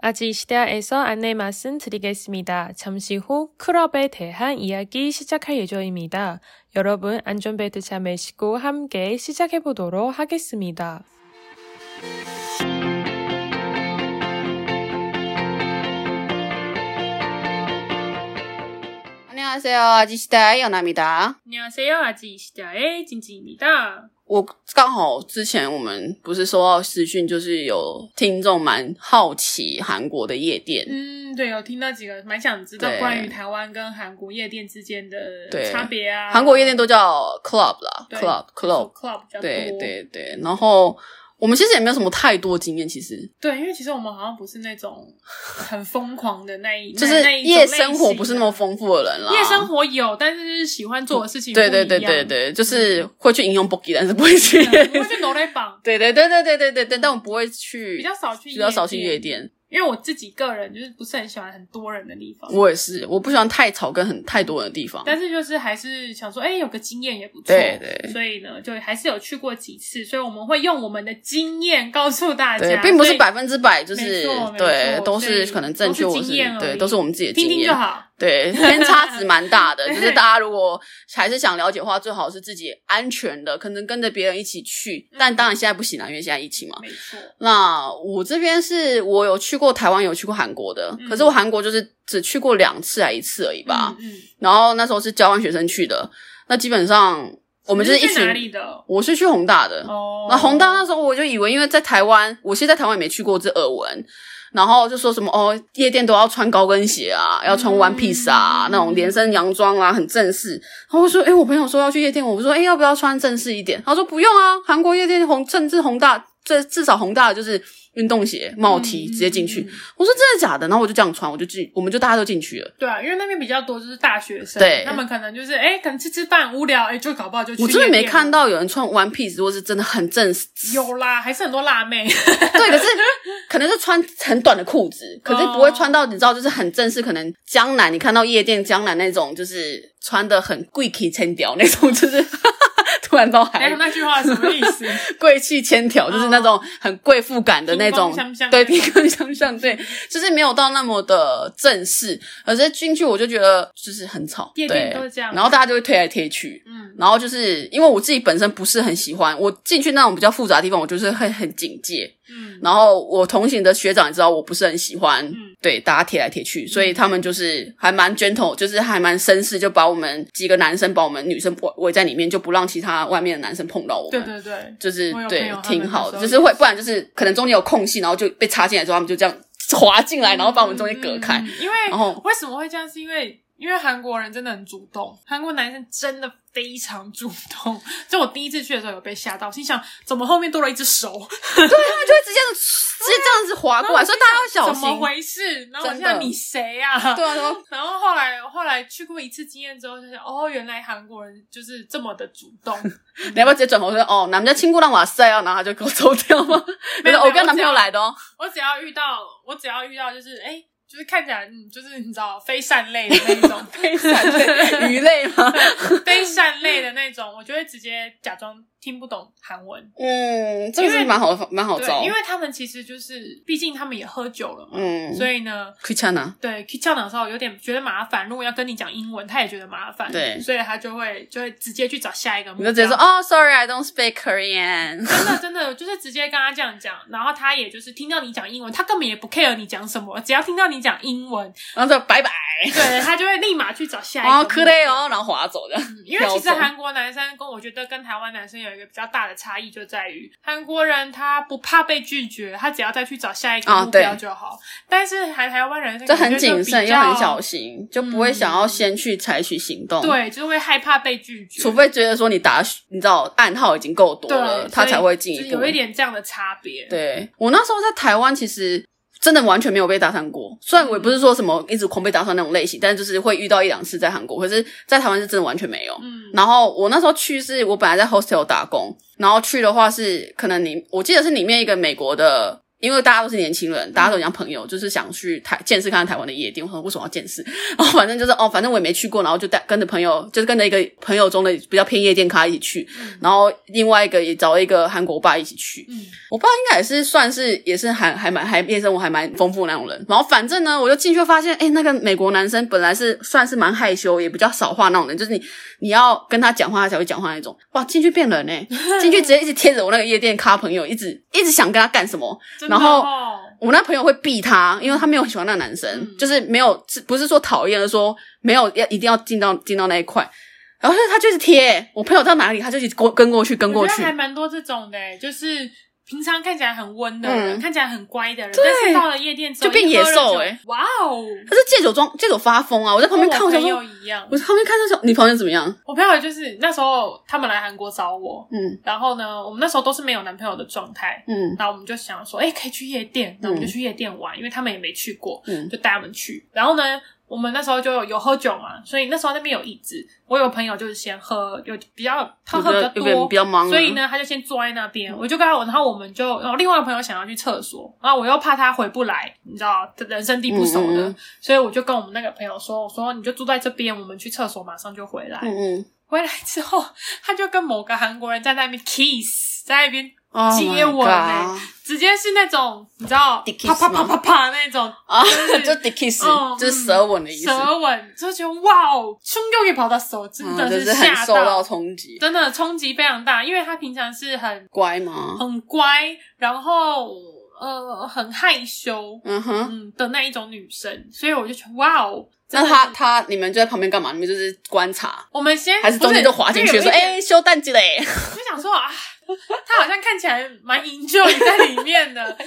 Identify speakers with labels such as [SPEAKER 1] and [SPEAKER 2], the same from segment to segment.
[SPEAKER 1] 아지시다에서 안내 말씀드리겠습니다. 잠시 후 클럽에 대한 이야기 시작할 예정입니다. 여러분 안전벨트 잘 매시고 함께 시작해 보도록 하겠습니다.
[SPEAKER 2] 안녕하세요. 아지시다의 연아입니다.
[SPEAKER 1] 你好，세요 아지시다의 진지입니다.
[SPEAKER 2] 我刚好之前我们不是收到私讯，就是有听众蛮好奇韩国的夜店，
[SPEAKER 1] 嗯，对，有听到几个蛮想知道
[SPEAKER 2] 对
[SPEAKER 1] 关于台湾跟韩国夜店之间的
[SPEAKER 2] 对
[SPEAKER 1] 差别啊。
[SPEAKER 2] 韩国夜店都叫 club 啦
[SPEAKER 1] 对
[SPEAKER 2] ，club
[SPEAKER 1] 都
[SPEAKER 2] club，
[SPEAKER 1] club 比较多，
[SPEAKER 2] 对对对。然后我们其实也没有什么太多经验，其实
[SPEAKER 1] 对，因为其实我们好像不是那种很疯狂的那一，
[SPEAKER 2] 就是
[SPEAKER 1] 那那一种
[SPEAKER 2] 夜生活
[SPEAKER 1] 类型
[SPEAKER 2] 不是那么丰富的人啦。
[SPEAKER 1] 夜生活有，但是就是喜欢做的事情
[SPEAKER 2] 对
[SPEAKER 1] 不一
[SPEAKER 2] 对
[SPEAKER 1] 样
[SPEAKER 2] 对对，对，就是会去引用 boogie，但是不会去。
[SPEAKER 1] 嗯不会去 노래방
[SPEAKER 2] 对对对对对对对对，但我不会去，
[SPEAKER 1] 比较少去
[SPEAKER 2] 比较少去夜
[SPEAKER 1] 夜，
[SPEAKER 2] 店。
[SPEAKER 1] 因为我自己个人就是不是很喜欢很多人的地方，
[SPEAKER 2] 我也是，我不喜欢太吵跟很太多人的地方。
[SPEAKER 1] 但是就是还是想说，哎、有个经验也不错。
[SPEAKER 2] 对对
[SPEAKER 1] 所以呢，就还是有去过几次，所以我们会用我们的经验告诉大家，
[SPEAKER 2] 对，并不是
[SPEAKER 1] 所以
[SPEAKER 2] 百分之百，就是
[SPEAKER 1] 没错没
[SPEAKER 2] 对
[SPEAKER 1] 错，
[SPEAKER 2] 都
[SPEAKER 1] 所以
[SPEAKER 2] 是可能正确，
[SPEAKER 1] 都是
[SPEAKER 2] 或是
[SPEAKER 1] 经验而
[SPEAKER 2] 对，
[SPEAKER 1] 已
[SPEAKER 2] 都是我们自己的
[SPEAKER 1] 听听
[SPEAKER 2] 经
[SPEAKER 1] 就
[SPEAKER 2] 验，啊
[SPEAKER 1] 好。
[SPEAKER 2] 对，偏差值蛮大的。
[SPEAKER 1] 对
[SPEAKER 2] 就是大家如果还是想了解的话，最好是自己安全的，可能跟着别人一起去。
[SPEAKER 1] 嗯
[SPEAKER 2] 但当然现在不行了，因为现在疫情嘛。
[SPEAKER 1] 没错，
[SPEAKER 2] 那我这边是我有去过台湾，有去过韩国的，
[SPEAKER 1] 嗯
[SPEAKER 2] 可是我韩国就是只去过两次还一次而已吧。
[SPEAKER 1] 嗯嗯，
[SPEAKER 2] 然后那时候是交换学生去的，那基本上我们就是
[SPEAKER 1] 你
[SPEAKER 2] 一
[SPEAKER 1] 是去哪
[SPEAKER 2] 群，
[SPEAKER 1] 里的？
[SPEAKER 2] 我是去宏大的，
[SPEAKER 1] 哦，
[SPEAKER 2] 那宏大那时候我就以为，因为在台湾，我其实在台湾也没去过，这耳闻。然后就说什么哦，夜店都要穿高跟鞋啊，要穿 one piece 啊，
[SPEAKER 1] 嗯
[SPEAKER 2] 那种连身洋装啊，很正式。然后我说，诶，我朋友说要去夜店，我说，诶，要不要穿正式一点？他说不用啊，韩国夜店红，甚至宏大，这至少宏大的就是运动鞋、帽 T
[SPEAKER 1] 嗯
[SPEAKER 2] 直接进去。
[SPEAKER 1] 嗯嗯
[SPEAKER 2] 我说真的假的？然后我就这样穿，我就进，我们就大家都进去了。
[SPEAKER 1] 对啊，因为那边比较多就是大学生，
[SPEAKER 2] 对
[SPEAKER 1] 他们可能就是哎、可能吃吃饭无聊，哎、就搞不好就去。
[SPEAKER 2] 我真的没看，到有人穿 one piece，或是真的很正式，
[SPEAKER 1] 有啦，还是很多辣 妹。
[SPEAKER 2] 对，可是可能是穿很短的裤子，可是不会
[SPEAKER 1] 哦
[SPEAKER 2] 穿到你知道，就是很正式。可能江南，你看到夜店江南那种，就是穿的很贵气千条那种，就是 突然到
[SPEAKER 1] 哎、
[SPEAKER 2] 海
[SPEAKER 1] 那句话什么意 思？
[SPEAKER 2] 贵气千条，就是那种很贵妇感的那种
[SPEAKER 1] 屏风相向，
[SPEAKER 2] 对，
[SPEAKER 1] 那种
[SPEAKER 2] 低跟相 像，对，就是没有到那么的正式。可是进去我就觉得就是很吵，
[SPEAKER 1] 夜
[SPEAKER 2] 对，
[SPEAKER 1] 店都是这样
[SPEAKER 2] 然后大家就会推来推去，
[SPEAKER 1] 嗯，
[SPEAKER 2] 然后就是因为我自己本身不是很喜欢，我进去那种比较复杂的地方，我就是会很警戒。
[SPEAKER 1] 嗯，
[SPEAKER 2] 然后我同行的学长也知道我不是很喜欢，
[SPEAKER 1] 嗯
[SPEAKER 2] 对大家贴来贴去，所以他们就是还蛮 gentle，就是还蛮绅士，就把我们几个男生把我们女生围围在里面，就不让其他外面的男生碰到我
[SPEAKER 1] 对
[SPEAKER 2] 们。
[SPEAKER 1] 对对，
[SPEAKER 2] 就是
[SPEAKER 1] 我有朋
[SPEAKER 2] 对
[SPEAKER 1] 友他，们
[SPEAKER 2] 挺好的，
[SPEAKER 1] 那时候
[SPEAKER 2] 就是会，不然就是可能中间有空隙，然后就被插进来之后，他们就这样滑进来，然后把我们中间隔开
[SPEAKER 1] 嗯。嗯嗯因
[SPEAKER 2] 然
[SPEAKER 1] 为
[SPEAKER 2] 后
[SPEAKER 1] 为什么会这样？是因为因为韩国人真的很主动，韩国男生真的非常主动。就我第一次去的时候有被吓到，心想怎么后面多了一只手，
[SPEAKER 2] 他们就会直接直接这样子滑过来，所以大家要小
[SPEAKER 1] 怎么
[SPEAKER 2] 心。
[SPEAKER 1] 回事？然后我
[SPEAKER 2] 真
[SPEAKER 1] 心
[SPEAKER 2] 的
[SPEAKER 1] 想你谁啊？
[SPEAKER 2] 对啊，对啊
[SPEAKER 1] 然后后来后来去过一次经验之后，就想哦，原来韩国人就是这么的主动。
[SPEAKER 2] 你要不要直接转头说哦，男们家亲姑让瓦塞啊，然后他就给我走掉吗？
[SPEAKER 1] 没有没
[SPEAKER 2] 没
[SPEAKER 1] 有
[SPEAKER 2] 有，我跟男朋友来的哦。
[SPEAKER 1] 我只要遇到，我只要遇到就是哎、就是看起来嗯，就是你知道非善类的那一种，非善
[SPEAKER 2] 对 鱼类吗？
[SPEAKER 1] 非善类的那种，我就会直接假装听不懂韩文。
[SPEAKER 2] 嗯，这个是蛮好的蛮好招
[SPEAKER 1] 对，，因为他们其实就是，毕竟他们也喝酒了嘛，
[SPEAKER 2] 嗯，
[SPEAKER 1] 所以呢，
[SPEAKER 2] 可以呛啊，
[SPEAKER 1] 对 K 校长的时候有点觉得麻烦。如果要跟你讲英文，他也觉得麻烦，
[SPEAKER 2] 对
[SPEAKER 1] 所以他就会就会直接去找下一个目
[SPEAKER 2] 你
[SPEAKER 1] 标。
[SPEAKER 2] 就直接说哦，sorry I don't speak Korean。
[SPEAKER 1] 真的真的就是直接跟他这样讲，然后他也就是听到你讲英文，他根本也不 care 你讲什么，只要听到你讲英文，
[SPEAKER 2] 然后就拜拜，
[SPEAKER 1] 对他就会立马去找下一个。
[SPEAKER 2] 然后可以哦，。然后滑走的。
[SPEAKER 1] 嗯因为其实
[SPEAKER 2] 飘走
[SPEAKER 1] 韩国男生跟我觉得跟台湾男生有一个比较大的差异，就在于韩国人他不怕被拒绝，他只要再去找下一个
[SPEAKER 2] 啊
[SPEAKER 1] 目标
[SPEAKER 2] 对
[SPEAKER 1] 就好。但是韩台湾人
[SPEAKER 2] 就很谨慎，
[SPEAKER 1] 又
[SPEAKER 2] 又很小心，就不会想要先去采取行动。，
[SPEAKER 1] 嗯对，就会害怕被拒绝，
[SPEAKER 2] 除非觉得说你打，你知道暗号已经够多了，
[SPEAKER 1] 对
[SPEAKER 2] 他才会进
[SPEAKER 1] 就
[SPEAKER 2] 一
[SPEAKER 1] 是
[SPEAKER 2] 步
[SPEAKER 1] 有。一点这样的差别。
[SPEAKER 2] 对我那时候在台湾，其实真的完全没有被搭讪过。虽然我也不是说什么一直狂被搭讪那种类型，但就是会遇到一两次在韩国，可是在台湾是真的完全没有。
[SPEAKER 1] 嗯，
[SPEAKER 2] 然后我那时候去是我本来在 hostel 打工，然后去的话是可能你我记得是里面一个美国的因为大家都是年轻人，大家都很像朋友，就是想去台见识看看台湾的夜店。我说为什么要见识？ 然后反正就是哦，反正我也没去过，然后就带跟着朋友，就是跟着一个朋友中的比较偏夜店咖一起去，然后另外一个也找了一个韩国爸一起去。
[SPEAKER 1] 嗯
[SPEAKER 2] 我爸应该也是算是也是还还蛮还夜生活还蛮丰富的那种人。然后反正呢，我就进去发现，哎，那个美国男生本来是算是蛮害羞，也比较少话那种人，就是你你要跟他讲话，他才会讲话那种。哇，进去变 人呢、进去直接一直贴着我那个夜店咖朋友，一直一直想跟他干什么。
[SPEAKER 1] 真的
[SPEAKER 2] 然后
[SPEAKER 1] 哦
[SPEAKER 2] 我那朋友会避他，因为他没有很喜欢那个男生，
[SPEAKER 1] 嗯
[SPEAKER 2] 就是没有是不是说讨厌，而是说没有要一定要进到进到那一块。然后他就是贴欸我朋友到哪里，他就一直跟跟过去，跟过
[SPEAKER 1] 我觉
[SPEAKER 2] 去
[SPEAKER 1] 得。还蛮多这种的、就是平常看起来很温的人，
[SPEAKER 2] 嗯
[SPEAKER 1] 看起来很乖的人，但是到了夜店之后
[SPEAKER 2] 就变
[SPEAKER 1] 一喝
[SPEAKER 2] 野
[SPEAKER 1] 了
[SPEAKER 2] 兽
[SPEAKER 1] 酒
[SPEAKER 2] 欸
[SPEAKER 1] 哇哦！
[SPEAKER 2] 他是借酒装借酒发疯啊！我在旁边看，
[SPEAKER 1] 跟哦我
[SPEAKER 2] 我想
[SPEAKER 1] 朋
[SPEAKER 2] 说，
[SPEAKER 1] 友一样
[SPEAKER 2] 我，在旁边看他想你朋友怎么样？
[SPEAKER 1] 我朋友就是那时候他们来韩国找我，
[SPEAKER 2] 嗯
[SPEAKER 1] 然后呢，我们那时候都是没有男朋友的状态，
[SPEAKER 2] 嗯
[SPEAKER 1] 然后我们就想说，哎、可以去夜店，那我们就去夜店玩，因为他们也没去过，
[SPEAKER 2] 嗯
[SPEAKER 1] 就带他们去。然后呢，我们那时候就有有喝酒嘛，所以那时候那边有椅子，我有朋友就是先喝，有比较他喝
[SPEAKER 2] 有点
[SPEAKER 1] 多，
[SPEAKER 2] 比较嗯忙啊
[SPEAKER 1] 所以呢，他就先坐在那边，我就跟他，然后我们就，然后另外一个朋友想要去厕所，然后我又怕他回不来，你知道，人生地不熟的，
[SPEAKER 2] 嗯嗯嗯
[SPEAKER 1] 所以我就跟我们那个朋友说，我说你就住在这边，我们去厕所马上就回来。
[SPEAKER 2] 嗯嗯，
[SPEAKER 1] 回来之后，他就跟某个韩国人在那边 kiss，在那边
[SPEAKER 2] Oh my
[SPEAKER 1] 接吻欸
[SPEAKER 2] God
[SPEAKER 1] 直接是那种你知道
[SPEAKER 2] Dick
[SPEAKER 1] 啪啪
[SPEAKER 2] kiss 吗
[SPEAKER 1] 啪啪啪那种
[SPEAKER 2] 啊，
[SPEAKER 1] 是
[SPEAKER 2] 就 dick kiss，
[SPEAKER 1] 嗯
[SPEAKER 2] 就是舌吻的意思，
[SPEAKER 1] 舌吻，就觉得哇哦，胸又可以跑到手，真
[SPEAKER 2] 嗯
[SPEAKER 1] 的
[SPEAKER 2] 就是很
[SPEAKER 1] 吓
[SPEAKER 2] 受到冲击。
[SPEAKER 1] 真的冲击非常大，因为他平常是很
[SPEAKER 2] 乖吗？
[SPEAKER 1] 很乖，然后呃很害羞
[SPEAKER 2] 嗯哼，
[SPEAKER 1] 嗯的那一种女生，所以我就觉得哇哦，真
[SPEAKER 2] 那
[SPEAKER 1] 的
[SPEAKER 2] 他他你们就在旁边干嘛？你们就是观察，
[SPEAKER 1] 我们先
[SPEAKER 2] 还是中间就滑进去说：“哎、，修蛋鸡嘞
[SPEAKER 1] 不是有一点我就想说啊，他好像看起来蛮 enjoy 在里面的，！”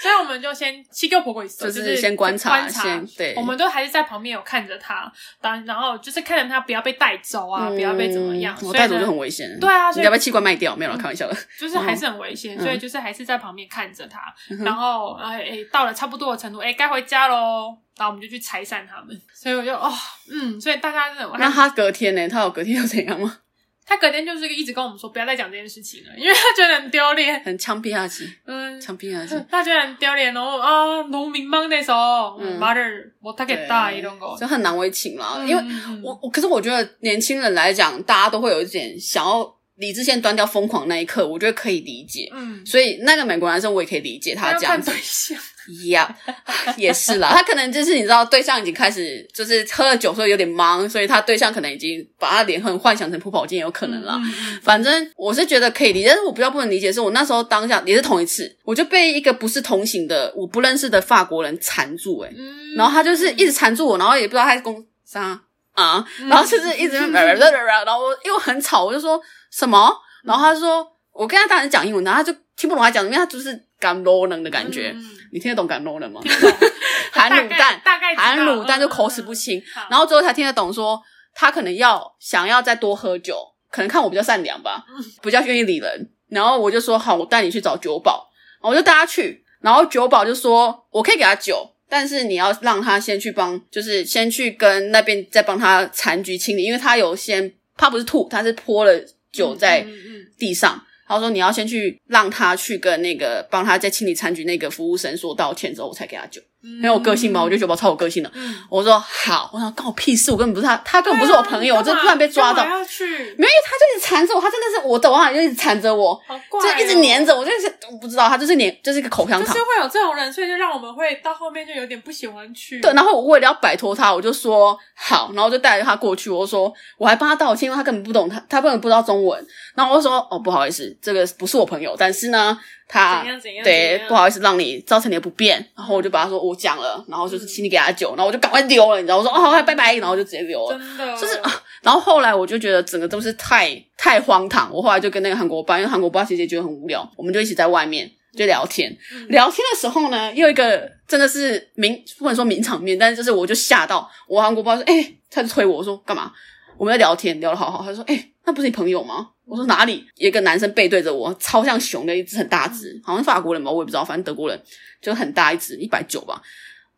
[SPEAKER 1] 所以我们就先七个婆鬼手，
[SPEAKER 2] 就
[SPEAKER 1] 就是
[SPEAKER 2] 是先观察，
[SPEAKER 1] 观
[SPEAKER 2] 先对，
[SPEAKER 1] 我们都还是在旁边有看着他，当然后就是看着他不要被带走啊，不要被怎么样，
[SPEAKER 2] 嗯我
[SPEAKER 1] 所以
[SPEAKER 2] 带走就
[SPEAKER 1] 呢
[SPEAKER 2] 很，危险。
[SPEAKER 1] 对啊所以
[SPEAKER 2] 你要把器官卖掉？没有了，开玩笑的。
[SPEAKER 1] 就是还是很危险，
[SPEAKER 2] 嗯
[SPEAKER 1] 所以就是还是在旁边看着他，
[SPEAKER 2] 哼
[SPEAKER 1] 然后哎哎到了差不多的程度，哎该回家喽，然后我们就去拆散他们，所以我就哦嗯，所以大家真的，我
[SPEAKER 2] 那
[SPEAKER 1] 还
[SPEAKER 2] 他隔天呢？他有隔天又怎样吗？
[SPEAKER 1] 他隔天就是一直跟我们说不要再讲这件事情了，因为他觉得很丢脸，
[SPEAKER 2] 很枪毙下去，
[SPEAKER 1] 嗯。
[SPEAKER 2] 枪毙下去。
[SPEAKER 1] 他觉得很丢脸哦啊，너무민망돼서
[SPEAKER 2] 음.
[SPEAKER 1] 말을못하겠다이런거
[SPEAKER 2] 就很难为情啦。
[SPEAKER 1] 嗯
[SPEAKER 2] 因为
[SPEAKER 1] 嗯
[SPEAKER 2] 我我，可是我觉得年轻人来讲，大家都会有一点想要理智线端掉疯狂那一刻，我觉得可以理解。
[SPEAKER 1] 嗯，
[SPEAKER 2] 所以那个美国男生我也可以理解他
[SPEAKER 1] 要
[SPEAKER 2] 这样
[SPEAKER 1] 看
[SPEAKER 2] 子
[SPEAKER 1] 对，象，
[SPEAKER 2] 一样 也是啦。他可能就是你知道，对象已经开始就是喝了酒，所以有点忙，所以他对象可能已经把他脸很幻想成朴宝剑也有可能啦。
[SPEAKER 1] 嗯嗯
[SPEAKER 2] 反正我是觉得可以理解，但是我比较不能理解是我那时候当下也是同一次，我就被一个不是同行的我不认识的法国人缠住、欸，诶
[SPEAKER 1] 嗯
[SPEAKER 2] 然后他就是一直缠住我，然后也不知道他在攻啥啊，
[SPEAKER 1] 嗯
[SPEAKER 2] 然后就是一直 然后我又很吵，我就说什么，然后他就说我跟他当然讲英文，然后他就听不懂他讲什么，因为他就是敢 low 能的感觉，
[SPEAKER 1] 嗯
[SPEAKER 2] 你听得懂敢 low 能吗？
[SPEAKER 1] 听不懂
[SPEAKER 2] 含卤蛋，
[SPEAKER 1] 大概大概知道
[SPEAKER 2] 含卤蛋
[SPEAKER 1] 嗯
[SPEAKER 2] 就口齿不清，
[SPEAKER 1] 好
[SPEAKER 2] 然后最后才听得懂说他可能要想要再多喝酒，可能看我比较善良吧，
[SPEAKER 1] 嗯
[SPEAKER 2] 比较愿意理人，然后我就说好，我带你去找酒保，然后我就带他去，然后酒保就说我可以给他酒。但是你要让他先去帮，就是先去跟那边再帮他残局清理，因为他有先他不是吐，他是泼了酒在
[SPEAKER 1] 嗯嗯嗯
[SPEAKER 2] 地上。然后说你要先去让他去跟那个帮他在清理残局那个服务生说道歉之后，我才给他酒。
[SPEAKER 1] 嗯
[SPEAKER 2] 很有个性嘛，我觉得酒保超有个性的。
[SPEAKER 1] 嗯
[SPEAKER 2] 我说好，我想干我屁事，我根本不是他，他根本不是我朋友，
[SPEAKER 1] 对啊
[SPEAKER 2] 我就突然被抓到嗯
[SPEAKER 1] 你干。嘛要去，
[SPEAKER 2] 没有，他就一直缠着我，他真的是我的往往就一直缠着我，
[SPEAKER 1] 好怪哦，
[SPEAKER 2] 就一直黏着我，就是我不知道他就是黏，就是一个口香
[SPEAKER 1] 就是
[SPEAKER 2] 糖。
[SPEAKER 1] 会有这种人，所以就让我们会到后面就有点不喜欢去。
[SPEAKER 2] 对，然后我为了要摆脱他，我就说好，然后就带着他过去。我说我还帮他道歉，因为他根本不懂他，他根本不知道中文。然后我就说哦，不好意思，这个不是我朋友，但是呢，他
[SPEAKER 1] 怎样怎样
[SPEAKER 2] 啊对
[SPEAKER 1] 怎，样
[SPEAKER 2] 不好意思让你造成你的不便。然后我就把他说哦我讲了，然后就是
[SPEAKER 1] 嗯
[SPEAKER 2] 请你给他酒，然后我就赶快溜了，你知道，我说哦，好拜拜，然后就直接溜了。
[SPEAKER 1] 真的
[SPEAKER 2] 就是啊，然后后来我就觉得整个都是太太荒唐，我后来就跟那个韩国爸，因为韩国爸其实也觉得很无聊，我们就一起在外面就聊天。
[SPEAKER 1] 嗯
[SPEAKER 2] 聊天的时候呢，又一个真的是名不能说名场面，但是就是我就吓到我韩国爸说，哎、他就推我，我说干嘛？我们在聊天，聊得好好，他就说，哎、那不是你朋友吗？我说哪里？一个男生背对着我，超像熊的一只很大只，好像法国人吧，我也不知道，反正德国人就很大一只，一百九吧。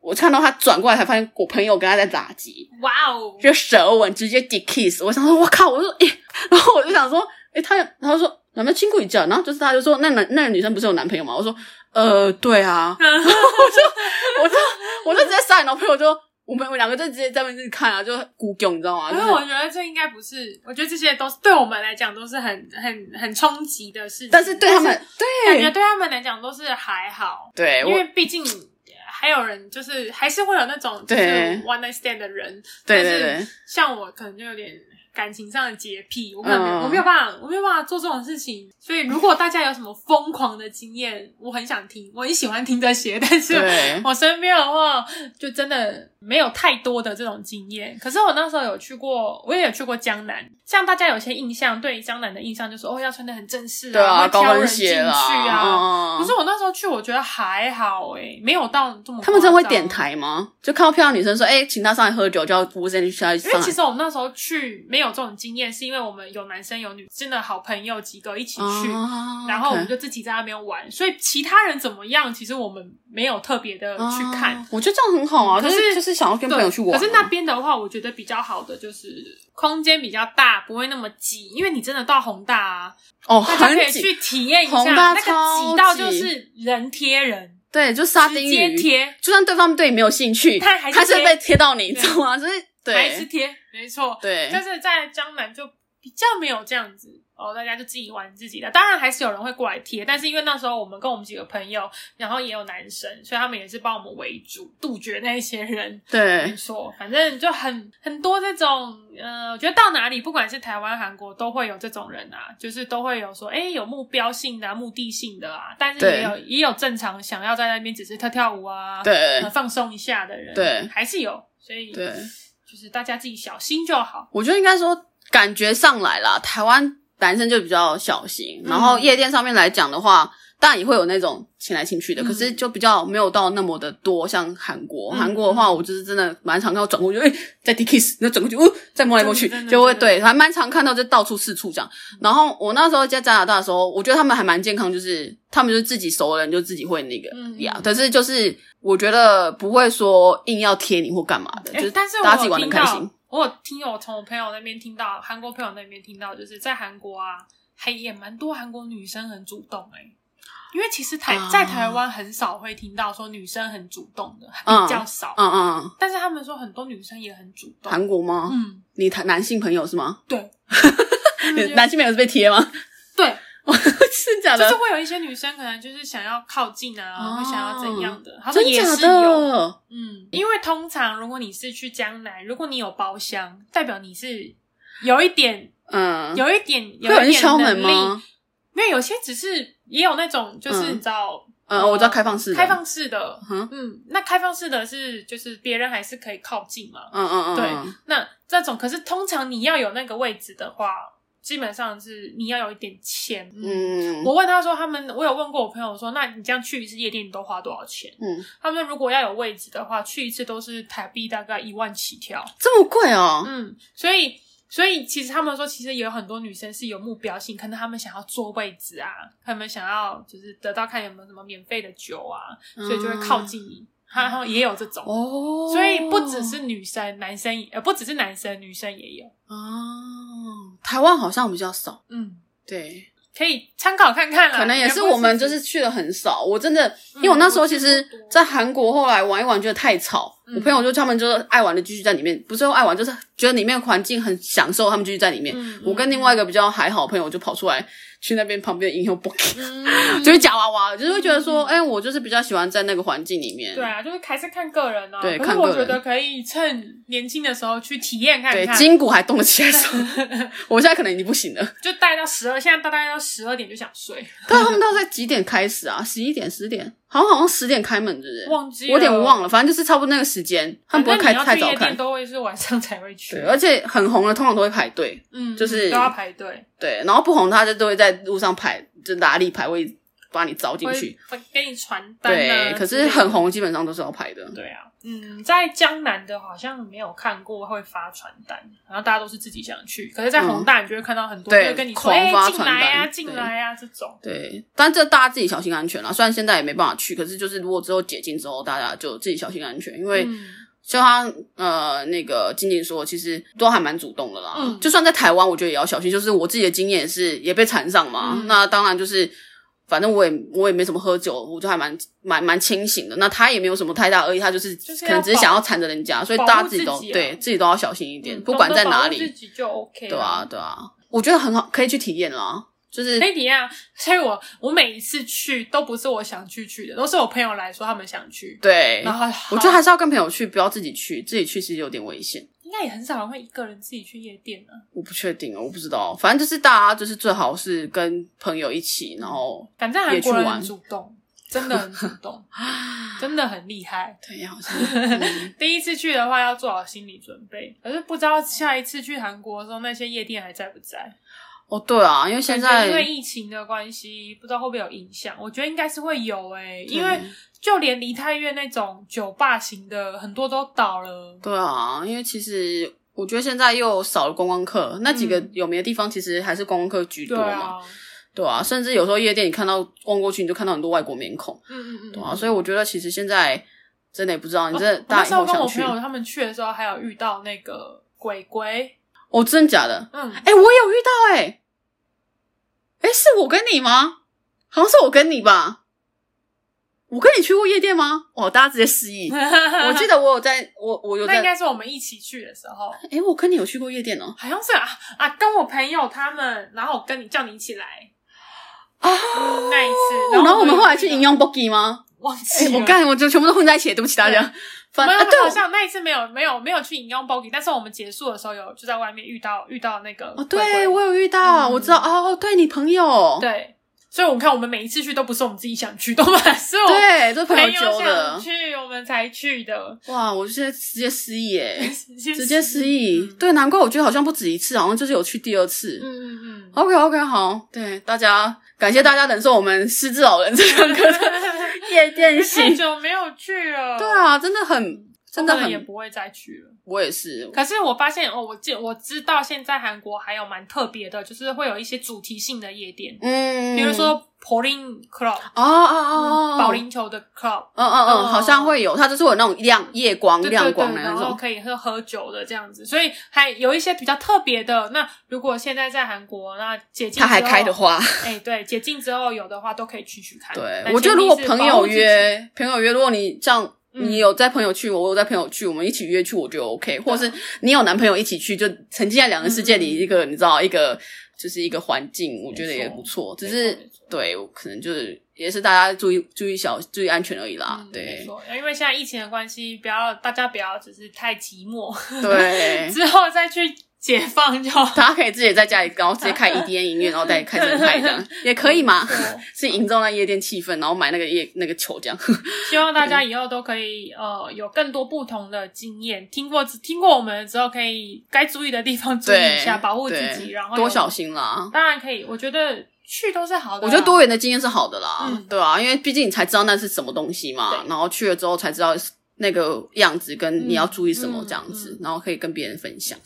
[SPEAKER 2] 我看到他转过来，才发现我朋友跟他在打击。
[SPEAKER 1] 哇哦，
[SPEAKER 2] 就舌吻直接 dick kiss，我想说，我靠，我说，诶、然后我就想说，诶、他，然后说，然后亲过一架，然后就是他就说那男那个女生不是有男朋友吗？我说呃对啊， 我就我就直接傻眼，然后朋友就我们我们两个就直接在那边看啊，就孤囧，你知道吗？
[SPEAKER 1] 因
[SPEAKER 2] 就
[SPEAKER 1] 为哎我
[SPEAKER 2] 是
[SPEAKER 1] 觉得这应该不是，我觉得这些都是对我们来讲都是很很很冲击的事情，
[SPEAKER 2] 但是对他们
[SPEAKER 1] 感觉
[SPEAKER 2] 对
[SPEAKER 1] 对他们来讲都是还好，
[SPEAKER 2] 对
[SPEAKER 1] 因
[SPEAKER 2] 我
[SPEAKER 1] 为毕竟还有人就是还是会有那种就是
[SPEAKER 2] 对
[SPEAKER 1] one night stand 的人，
[SPEAKER 2] 对
[SPEAKER 1] 但是
[SPEAKER 2] 对对
[SPEAKER 1] 像我可能就有点感情上的洁癖，我可能没有、
[SPEAKER 2] 嗯
[SPEAKER 1] 我没有办法，我没有办法做这种事情。所以如果大家有什么疯狂的经验，我很想听，我很喜欢听这些， 但是
[SPEAKER 2] 对
[SPEAKER 1] 我身边的话，就真的没有太多的这种经验。可是我那时候有去过，我也有去过江南。像大家有些印象，对于江南的印象就是哦，要穿的很正式
[SPEAKER 2] 对啊，
[SPEAKER 1] 啊，
[SPEAKER 2] 高
[SPEAKER 1] 要挑人
[SPEAKER 2] 跟
[SPEAKER 1] 进去
[SPEAKER 2] 鞋啦，
[SPEAKER 1] 啊。
[SPEAKER 2] 嗯
[SPEAKER 1] 可是我那时候去，我觉得还好诶、没有到这么。
[SPEAKER 2] 他们真的会点。台吗？就看到漂亮女生说：“哎、请她上来喝酒，叫服务生去上来。”
[SPEAKER 1] 因为其实我们那时候去没有这种经验，是因为我们有男生有女，真的好朋友几个一起去，
[SPEAKER 2] 啊
[SPEAKER 1] 然后我们
[SPEAKER 2] OK
[SPEAKER 1] 就自己在那边玩。所以其他人怎么样，其实我们没有特别的去看。
[SPEAKER 2] 啊我觉得这样很好啊，
[SPEAKER 1] 可
[SPEAKER 2] 就是是就是想要跟朋友去玩啊。
[SPEAKER 1] 对可是那边的话，我觉得比较好的就是空间比较大，不会那么挤，因为你真的到宏大啊，
[SPEAKER 2] 哦，
[SPEAKER 1] 大家可
[SPEAKER 2] 很
[SPEAKER 1] 以
[SPEAKER 2] 挤
[SPEAKER 1] 去体验一下，
[SPEAKER 2] 宏大
[SPEAKER 1] 那个
[SPEAKER 2] 超
[SPEAKER 1] 挤到就
[SPEAKER 2] 挤
[SPEAKER 1] 是人贴人，
[SPEAKER 2] 对，就沙
[SPEAKER 1] 直
[SPEAKER 2] 丁
[SPEAKER 1] 接
[SPEAKER 2] 鱼，
[SPEAKER 1] 贴。
[SPEAKER 2] 就算对方对你没有兴趣，
[SPEAKER 1] 他还是
[SPEAKER 2] 是
[SPEAKER 1] 贴
[SPEAKER 2] 被贴到你，
[SPEAKER 1] 对
[SPEAKER 2] 知道吗？就是
[SPEAKER 1] 还是
[SPEAKER 2] 对
[SPEAKER 1] 贴，没错。
[SPEAKER 2] 对
[SPEAKER 1] 但是在江南就比较没有这样子哦，大家就自己玩自己的。当然还是有人会过来贴，但是因为那时候我们跟我们几个朋友，然后也有男生，所以他们也是帮我们围住，杜绝那一些人。没
[SPEAKER 2] 对
[SPEAKER 1] 错，反正就很很多这种，呃，我觉得到哪里，不管是台湾、韩国，都会有这种人啊，就是都会有说，哎、有目标性的、啊、目的性的啊，但是也
[SPEAKER 2] 对
[SPEAKER 1] 有也有正常想要在那边只是跳跳舞啊，
[SPEAKER 2] 对
[SPEAKER 1] 呃放松一下的人，
[SPEAKER 2] 对
[SPEAKER 1] 还是有，所以
[SPEAKER 2] 对，
[SPEAKER 1] 就是大家自己小心就好。
[SPEAKER 2] 我觉得应该说感觉上来啦，台湾男生就比较小心，然后
[SPEAKER 1] 嗯
[SPEAKER 2] 夜店上面来讲的话。当然也会有那种亲来亲去的，
[SPEAKER 1] 嗯
[SPEAKER 2] 可是就比较没有到那么的多，像韩国。
[SPEAKER 1] 嗯
[SPEAKER 2] 韩国的话，我就是真的蛮常看到转过去，哎、在 D kiss，那转过去，哦、再摸来摸去
[SPEAKER 1] 真的真，的
[SPEAKER 2] 就会
[SPEAKER 1] 真的
[SPEAKER 2] 对，还蛮常看到，就到处四处这样。然后我那时候在加拿大的时候，我觉得他们还蛮健康，就是他们就是自己熟的人就自己会那个
[SPEAKER 1] 嗯
[SPEAKER 2] 呀、但是就是我觉得不会说硬要贴你或干嘛的，
[SPEAKER 1] 诶
[SPEAKER 2] 就是
[SPEAKER 1] 哎但是我
[SPEAKER 2] 大家自己
[SPEAKER 1] 有
[SPEAKER 2] 玩的
[SPEAKER 1] 听
[SPEAKER 2] 开
[SPEAKER 1] 到
[SPEAKER 2] 心。，
[SPEAKER 1] 我有听我从我朋友那边听到，韩国朋友那边听到，就是在韩国啊，还也蛮多韩国女生很主动哎、因为其实台、
[SPEAKER 2] 啊
[SPEAKER 1] 在台湾很少会听到说女生很主动的，
[SPEAKER 2] 嗯
[SPEAKER 1] 比较少。
[SPEAKER 2] 嗯嗯。嗯
[SPEAKER 1] 但是他们说很多女生也很主动。
[SPEAKER 2] 韩国吗？
[SPEAKER 1] 嗯，
[SPEAKER 2] 你谈男性朋友是吗？
[SPEAKER 1] 对，
[SPEAKER 2] 你
[SPEAKER 1] 对
[SPEAKER 2] 男性朋友是被贴吗？
[SPEAKER 1] 对，
[SPEAKER 2] 是假
[SPEAKER 1] 就
[SPEAKER 2] 的？
[SPEAKER 1] 是会有一些女生可能就是想要靠近啊，
[SPEAKER 2] 哦
[SPEAKER 1] 会想要怎样的，他说
[SPEAKER 2] 真
[SPEAKER 1] 也
[SPEAKER 2] 假
[SPEAKER 1] 是有，
[SPEAKER 2] 的？
[SPEAKER 1] 嗯，因为通常如果你是去江南，如果你有包厢，代表你是有一点、
[SPEAKER 2] 嗯，
[SPEAKER 1] 有一点、
[SPEAKER 2] 会有
[SPEAKER 1] 一
[SPEAKER 2] 人
[SPEAKER 1] 点
[SPEAKER 2] 敲门
[SPEAKER 1] 能力
[SPEAKER 2] 吗。？
[SPEAKER 1] 没有，有些只是也有那种，就是
[SPEAKER 2] 嗯
[SPEAKER 1] 你知道，
[SPEAKER 2] 嗯，我知道开放式的，
[SPEAKER 1] 开放式的，
[SPEAKER 2] 嗯
[SPEAKER 1] 嗯，那开放式的是就是别人还是可以靠近嘛。
[SPEAKER 2] 嗯嗯嗯，
[SPEAKER 1] 对那这种可是通常你要有那个位置的话，基本上是你要有一点钱。
[SPEAKER 2] 嗯
[SPEAKER 1] 我问他说，他们我有问过我朋友说，那你这样去一次夜店，你都花多少钱？
[SPEAKER 2] 嗯，
[SPEAKER 1] 他们如果要有位置的话，去一次都是台币大概一万起跳。
[SPEAKER 2] 这么贵哦？
[SPEAKER 1] 嗯，所以所以其实他们说，其实也有很多女生是有目标性，可能他们想要坐位置啊，他们想要就是得到看有没有什么免费的酒啊，所以就会靠近你。然后也有这种，
[SPEAKER 2] 嗯哦，
[SPEAKER 1] 所以不只是女生，男生呃不只是男生，女生也有。
[SPEAKER 2] 哦，台湾好像比较少，
[SPEAKER 1] 嗯，
[SPEAKER 2] 对，
[SPEAKER 1] 可以参考看看啦。
[SPEAKER 2] 可能也是
[SPEAKER 1] 不
[SPEAKER 2] 我们就
[SPEAKER 1] 指
[SPEAKER 2] 是去的很少。我真的，因为我那时候其
[SPEAKER 1] 嗯
[SPEAKER 2] 实
[SPEAKER 1] 我去不多，
[SPEAKER 2] 在韩国后来玩一玩，觉得太吵。
[SPEAKER 1] 嗯
[SPEAKER 2] 我朋友就他们就是爱玩的继续在里面，不是说爱玩，就是觉得里面的环境很享受，他们继续在里面。
[SPEAKER 1] 嗯
[SPEAKER 2] 我跟另外一个比较还好的朋友就跑出来去那边旁边的音乐 b o k
[SPEAKER 1] 嗯
[SPEAKER 2] 就是夹娃娃，就是会觉得说，
[SPEAKER 1] 嗯
[SPEAKER 2] 哎、我就是比较喜欢在那个环境里面。
[SPEAKER 1] 对啊，就是还是看个人啊。
[SPEAKER 2] 对
[SPEAKER 1] 可是
[SPEAKER 2] 看
[SPEAKER 1] 我
[SPEAKER 2] 个
[SPEAKER 1] 觉
[SPEAKER 2] 人
[SPEAKER 1] 得可以趁年轻的时候去体验看
[SPEAKER 2] 对，
[SPEAKER 1] 看。
[SPEAKER 2] 筋骨还动得起来的时 候，我现在可能已经不行了。
[SPEAKER 1] 就待到十二，现在大概到十二点就想睡，
[SPEAKER 2] 但他们到底在几点开始啊？十一点、十点，好像好像十点开门，对不对？
[SPEAKER 1] 忘记
[SPEAKER 2] 我有点忘
[SPEAKER 1] 了，
[SPEAKER 2] 了，反正就是差不多那个时间，他们不会
[SPEAKER 1] 反正
[SPEAKER 2] 开
[SPEAKER 1] 你要去
[SPEAKER 2] 太早
[SPEAKER 1] 夜
[SPEAKER 2] 开
[SPEAKER 1] 店。都会是晚上才会去
[SPEAKER 2] 对，，而且很红的通常都会排队，
[SPEAKER 1] 嗯，
[SPEAKER 2] 就是
[SPEAKER 1] 都要排队，
[SPEAKER 2] 对，然后不红的他就都会在路上排，就拉力排位把你招进去。
[SPEAKER 1] 会给你传单、啊，
[SPEAKER 2] 对，可是很。红，基本上都是要排的。
[SPEAKER 1] 对啊，嗯，在江南的好像没有看过会发传单，然后大家都是自己想去。可是，在宏大你就会看到很多，
[SPEAKER 2] 对
[SPEAKER 1] 就会跟你说：“
[SPEAKER 2] 狂
[SPEAKER 1] 哎、
[SPEAKER 2] 发
[SPEAKER 1] 进
[SPEAKER 2] 传单
[SPEAKER 1] 来啊，
[SPEAKER 2] 对
[SPEAKER 1] 进来啊！”这种，
[SPEAKER 2] 对，但这大家自己小心安全啦。虽然现在也没办法去，可是就是如果之后解禁之后，大家就自己小心安全，因为
[SPEAKER 1] 嗯
[SPEAKER 2] 就他呃那个静静说，其实都还蛮主动的啦。
[SPEAKER 1] 嗯
[SPEAKER 2] 就算在台湾，我觉得也要小心。就是我自己的经验也是也被缠上嘛。
[SPEAKER 1] 嗯
[SPEAKER 2] 那当然就是。反正我也我也没什么喝酒，我就还蛮蛮蛮清醒的。那他也没有什么太大恶意，他就是
[SPEAKER 1] 就是
[SPEAKER 2] 可能
[SPEAKER 1] 要
[SPEAKER 2] 只是想
[SPEAKER 1] 保
[SPEAKER 2] 要缠着人家，所以
[SPEAKER 1] 保
[SPEAKER 2] 大家
[SPEAKER 1] 护
[SPEAKER 2] 自己
[SPEAKER 1] 自
[SPEAKER 2] 都
[SPEAKER 1] 己啊
[SPEAKER 2] 对自己都要小心一点，
[SPEAKER 1] 嗯
[SPEAKER 2] 不管在
[SPEAKER 1] 懂得保
[SPEAKER 2] 哪
[SPEAKER 1] 护
[SPEAKER 2] 里。
[SPEAKER 1] 自己就 OK
[SPEAKER 2] 对啊
[SPEAKER 1] 了，。
[SPEAKER 2] 对啊，我觉得很好，可以去体验啦。就是
[SPEAKER 1] 那你啊，所以我我每一次去都不是我想去去的，都是我朋友来说他们想去，
[SPEAKER 2] 对，
[SPEAKER 1] 然后
[SPEAKER 2] 我觉得还是要跟朋友去，不要自己去，自己去其实有点危险。
[SPEAKER 1] 应该也很少人会一个人自己去夜店啊。
[SPEAKER 2] 我不确定哦，我不知道，反正就是大家就是最好是跟朋友一起，然后
[SPEAKER 1] 反正韩
[SPEAKER 2] 也去
[SPEAKER 1] 国人
[SPEAKER 2] 玩
[SPEAKER 1] 很。主动，真的很主 动，真的很厉害。
[SPEAKER 2] 对，好像、嗯
[SPEAKER 1] 第一次去的话要做好心理准备，可是不知道下一次去韩国的时候那些夜店还在不在。
[SPEAKER 2] 哦对啊，因为现
[SPEAKER 1] 感觉因为
[SPEAKER 2] 在
[SPEAKER 1] 疫情的关系，不知道会不会有影响。我觉得应该是会有诶、
[SPEAKER 2] 对
[SPEAKER 1] 因为就连梨泰院那种酒吧型的很多都倒了。
[SPEAKER 2] 对啊，因为其实我觉得现在又少了观光客，那几个
[SPEAKER 1] 嗯
[SPEAKER 2] 有名的地方其实还是观光客居多
[SPEAKER 1] 对
[SPEAKER 2] 嘛，
[SPEAKER 1] 啊，
[SPEAKER 2] 对啊，甚至有时候夜店你看到逛过去，你就看到很多外国面孔。
[SPEAKER 1] 嗯嗯嗯，
[SPEAKER 2] 对啊，所以我觉得其实现在真的也不知道，你真的
[SPEAKER 1] 哦我
[SPEAKER 2] 大
[SPEAKER 1] 那
[SPEAKER 2] 家以
[SPEAKER 1] 时候
[SPEAKER 2] 后
[SPEAKER 1] 跟
[SPEAKER 2] 想
[SPEAKER 1] 我
[SPEAKER 2] 去
[SPEAKER 1] 朋，友他们去的时候，还有遇到那个鬼鬼，
[SPEAKER 2] 哦，真的假的？
[SPEAKER 1] 嗯，
[SPEAKER 2] 哎、我有遇到哎、欸，哎、是我跟你吗？好像是我跟你吧？我跟你去过夜店吗？哦，大家直接 失忆。我
[SPEAKER 1] 我
[SPEAKER 2] 记得我有在，我我有
[SPEAKER 1] 那
[SPEAKER 2] 在，
[SPEAKER 1] 应
[SPEAKER 2] 哎、
[SPEAKER 1] 该是我们一起去的时候，
[SPEAKER 2] 我跟你有去过夜店哦。
[SPEAKER 1] 好像是啊啊，跟我朋友他们，然后我跟你叫你一起来
[SPEAKER 2] 啊、
[SPEAKER 1] 嗯那一次，
[SPEAKER 2] 哦然后我们后来
[SPEAKER 1] 有
[SPEAKER 2] 去
[SPEAKER 1] 那个
[SPEAKER 2] 营养 boogie 吗？
[SPEAKER 1] 忘
[SPEAKER 2] 哎、
[SPEAKER 1] 记了
[SPEAKER 2] 我干，我就全部都混在一起，对不起大家
[SPEAKER 1] 对。
[SPEAKER 2] 反
[SPEAKER 1] 没
[SPEAKER 2] 正、
[SPEAKER 1] 有，
[SPEAKER 2] 啊、对
[SPEAKER 1] 好
[SPEAKER 2] 我
[SPEAKER 1] 像那一次没有没有没有去饮用 b o g y 但是我们结束的时候有就在外面遇到遇到那个
[SPEAKER 2] 哦，
[SPEAKER 1] 鬼鬼
[SPEAKER 2] 对我有遇到，
[SPEAKER 1] 嗯
[SPEAKER 2] 我知道哦，对你朋友，
[SPEAKER 1] 对，所以我们看我们每一次去都不是我们自 己想去，都蛮是我
[SPEAKER 2] 对，都是朋
[SPEAKER 1] 朋
[SPEAKER 2] 友
[SPEAKER 1] 友
[SPEAKER 2] 揪的
[SPEAKER 1] 想。去我们才去的，
[SPEAKER 2] 哇，我现在直接失 忆哎，
[SPEAKER 1] 直接
[SPEAKER 2] 直接失忆。对，难怪我觉得好像不止一次，好像就是有去第二次。
[SPEAKER 1] 嗯嗯嗯嗯，
[SPEAKER 2] OK OK，好，对大家感谢大家忍受我们失智老人这两个 的夜店
[SPEAKER 1] 太
[SPEAKER 2] 戏。
[SPEAKER 1] 久没有去了，
[SPEAKER 2] 对，啊，真的很，真的
[SPEAKER 1] 我可能也
[SPEAKER 2] 很，
[SPEAKER 1] 不会再去了。
[SPEAKER 2] 我也是。
[SPEAKER 1] 可是我发现哦，我记我知道现在韩国还有蛮特别的，就是会有一些主题性的夜店，
[SPEAKER 2] 嗯，
[SPEAKER 1] 比如说柏林 club，
[SPEAKER 2] 哦哦哦哦，
[SPEAKER 1] 嗯保龄球的 club，
[SPEAKER 2] 嗯，嗯嗯
[SPEAKER 1] 嗯
[SPEAKER 2] 嗯，好像会有，它就是有那种亮夜光、
[SPEAKER 1] 对
[SPEAKER 2] 亮
[SPEAKER 1] 对对
[SPEAKER 2] 光的，那
[SPEAKER 1] 然后
[SPEAKER 2] 种。
[SPEAKER 1] 可以喝喝酒的这样子，所以还有一些比较特别的。那如果现在在韩国，那解禁
[SPEAKER 2] 它还
[SPEAKER 1] 之后
[SPEAKER 2] 开的，话，
[SPEAKER 1] 哎、对，解禁之后有的话都可以去去看。
[SPEAKER 2] 对
[SPEAKER 1] 但，
[SPEAKER 2] 我觉得
[SPEAKER 1] 前提
[SPEAKER 2] 如果
[SPEAKER 1] 是
[SPEAKER 2] 朋
[SPEAKER 1] 保
[SPEAKER 2] 友
[SPEAKER 1] 护自己，
[SPEAKER 2] 约，朋友约，如果你像
[SPEAKER 1] 嗯
[SPEAKER 2] 你有在朋友去，我有在朋友去，我们一起约去，我觉得 OK。或者是你有男朋友一起去，就沉浸在两人世界里，
[SPEAKER 1] 啊嗯嗯
[SPEAKER 2] 一个你知道一个就是一个环境，我
[SPEAKER 1] 没
[SPEAKER 2] 觉得也
[SPEAKER 1] 错
[SPEAKER 2] 不错。只
[SPEAKER 1] 没
[SPEAKER 2] 是
[SPEAKER 1] 错没错
[SPEAKER 2] 对，我可能就是也是大家注意注意小注意安全而已啦
[SPEAKER 1] 嗯。没
[SPEAKER 2] 啊对
[SPEAKER 1] 错，因为现在疫情的关系，不要大家不要只是太寂寞，，
[SPEAKER 2] 对
[SPEAKER 1] 之后再去解放就好。
[SPEAKER 2] 大家可以自己在家里，然后直接 E 开 EDM 音乐，然后再开生态这 样也可以嘛
[SPEAKER 1] 没错。
[SPEAKER 2] 是营造那夜店气氛，然后买那个夜那个球这样。
[SPEAKER 1] 希望大家以后都可以呃有更多不同的经验，听过听过我们之后，可以该注意的地方注意
[SPEAKER 2] 对
[SPEAKER 1] 一下，保护自
[SPEAKER 2] 对
[SPEAKER 1] 己，然后有
[SPEAKER 2] 多小心啦。
[SPEAKER 1] 当然可以，我觉得去都是好的啦。
[SPEAKER 2] 我觉得多元的经验是好的啦，
[SPEAKER 1] 啊嗯
[SPEAKER 2] 对啊，因为毕竟你才知道那是什么东西嘛，
[SPEAKER 1] 对
[SPEAKER 2] 然后去了之后才知道那个样子跟你要注意什么
[SPEAKER 1] 嗯
[SPEAKER 2] 这样子，
[SPEAKER 1] 嗯
[SPEAKER 2] 然后可以跟别人分享，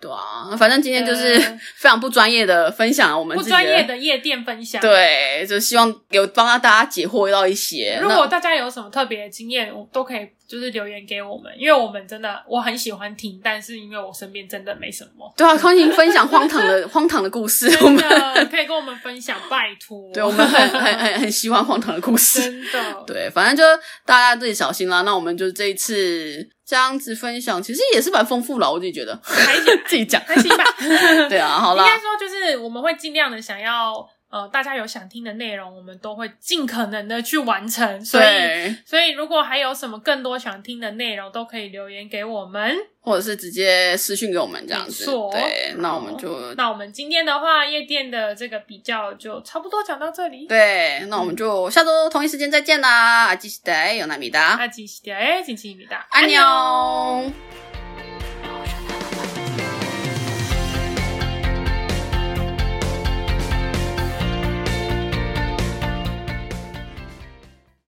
[SPEAKER 2] 对啊，反正今天就是
[SPEAKER 1] 对
[SPEAKER 2] 非常不专业的分享我们
[SPEAKER 1] 不
[SPEAKER 2] 自己
[SPEAKER 1] 专业的夜店分享。，
[SPEAKER 2] 对，就希望有帮到大家解惑到一些。
[SPEAKER 1] 如果大家有什么特别的经验，我都可以就是留言给我们，因为我们真的我很喜欢听，但是因为我身边真的没什么
[SPEAKER 2] 那，对啊，欢迎分享荒唐的 荒唐的故事，我
[SPEAKER 1] 真
[SPEAKER 2] 们
[SPEAKER 1] 的可以跟我们分享，拜托。
[SPEAKER 2] 对我们很很很很喜欢荒唐的故事，
[SPEAKER 1] 真的
[SPEAKER 2] 对，反正就大家自己小心啦。那我们就这一次这样子分享，其实也是蛮丰富了，我自己觉得
[SPEAKER 1] 还行
[SPEAKER 2] 自己讲。
[SPEAKER 1] 还行吧。
[SPEAKER 2] 对啊，好
[SPEAKER 1] 应该
[SPEAKER 2] 啦，
[SPEAKER 1] 说就是我们会尽量的想要。呃，大家有想听的内容，我们都会尽可能的去完成。所以，
[SPEAKER 2] 对，
[SPEAKER 1] 所以如果还有什么更多想听的内容，都可以留言给我们。
[SPEAKER 2] 或者是直接私讯给我们这样子
[SPEAKER 1] 没错。
[SPEAKER 2] 对，那我们
[SPEAKER 1] 好
[SPEAKER 2] 就
[SPEAKER 1] 那我们今天的话，夜店的这个比较就差不多讲到这里。，
[SPEAKER 2] 对，啊那我们就下周同一时间啊再见啦。阿基西代有纳米达，
[SPEAKER 1] 哎
[SPEAKER 2] 哦
[SPEAKER 1] 那吉西的哎，金奇米达，
[SPEAKER 2] 安妞。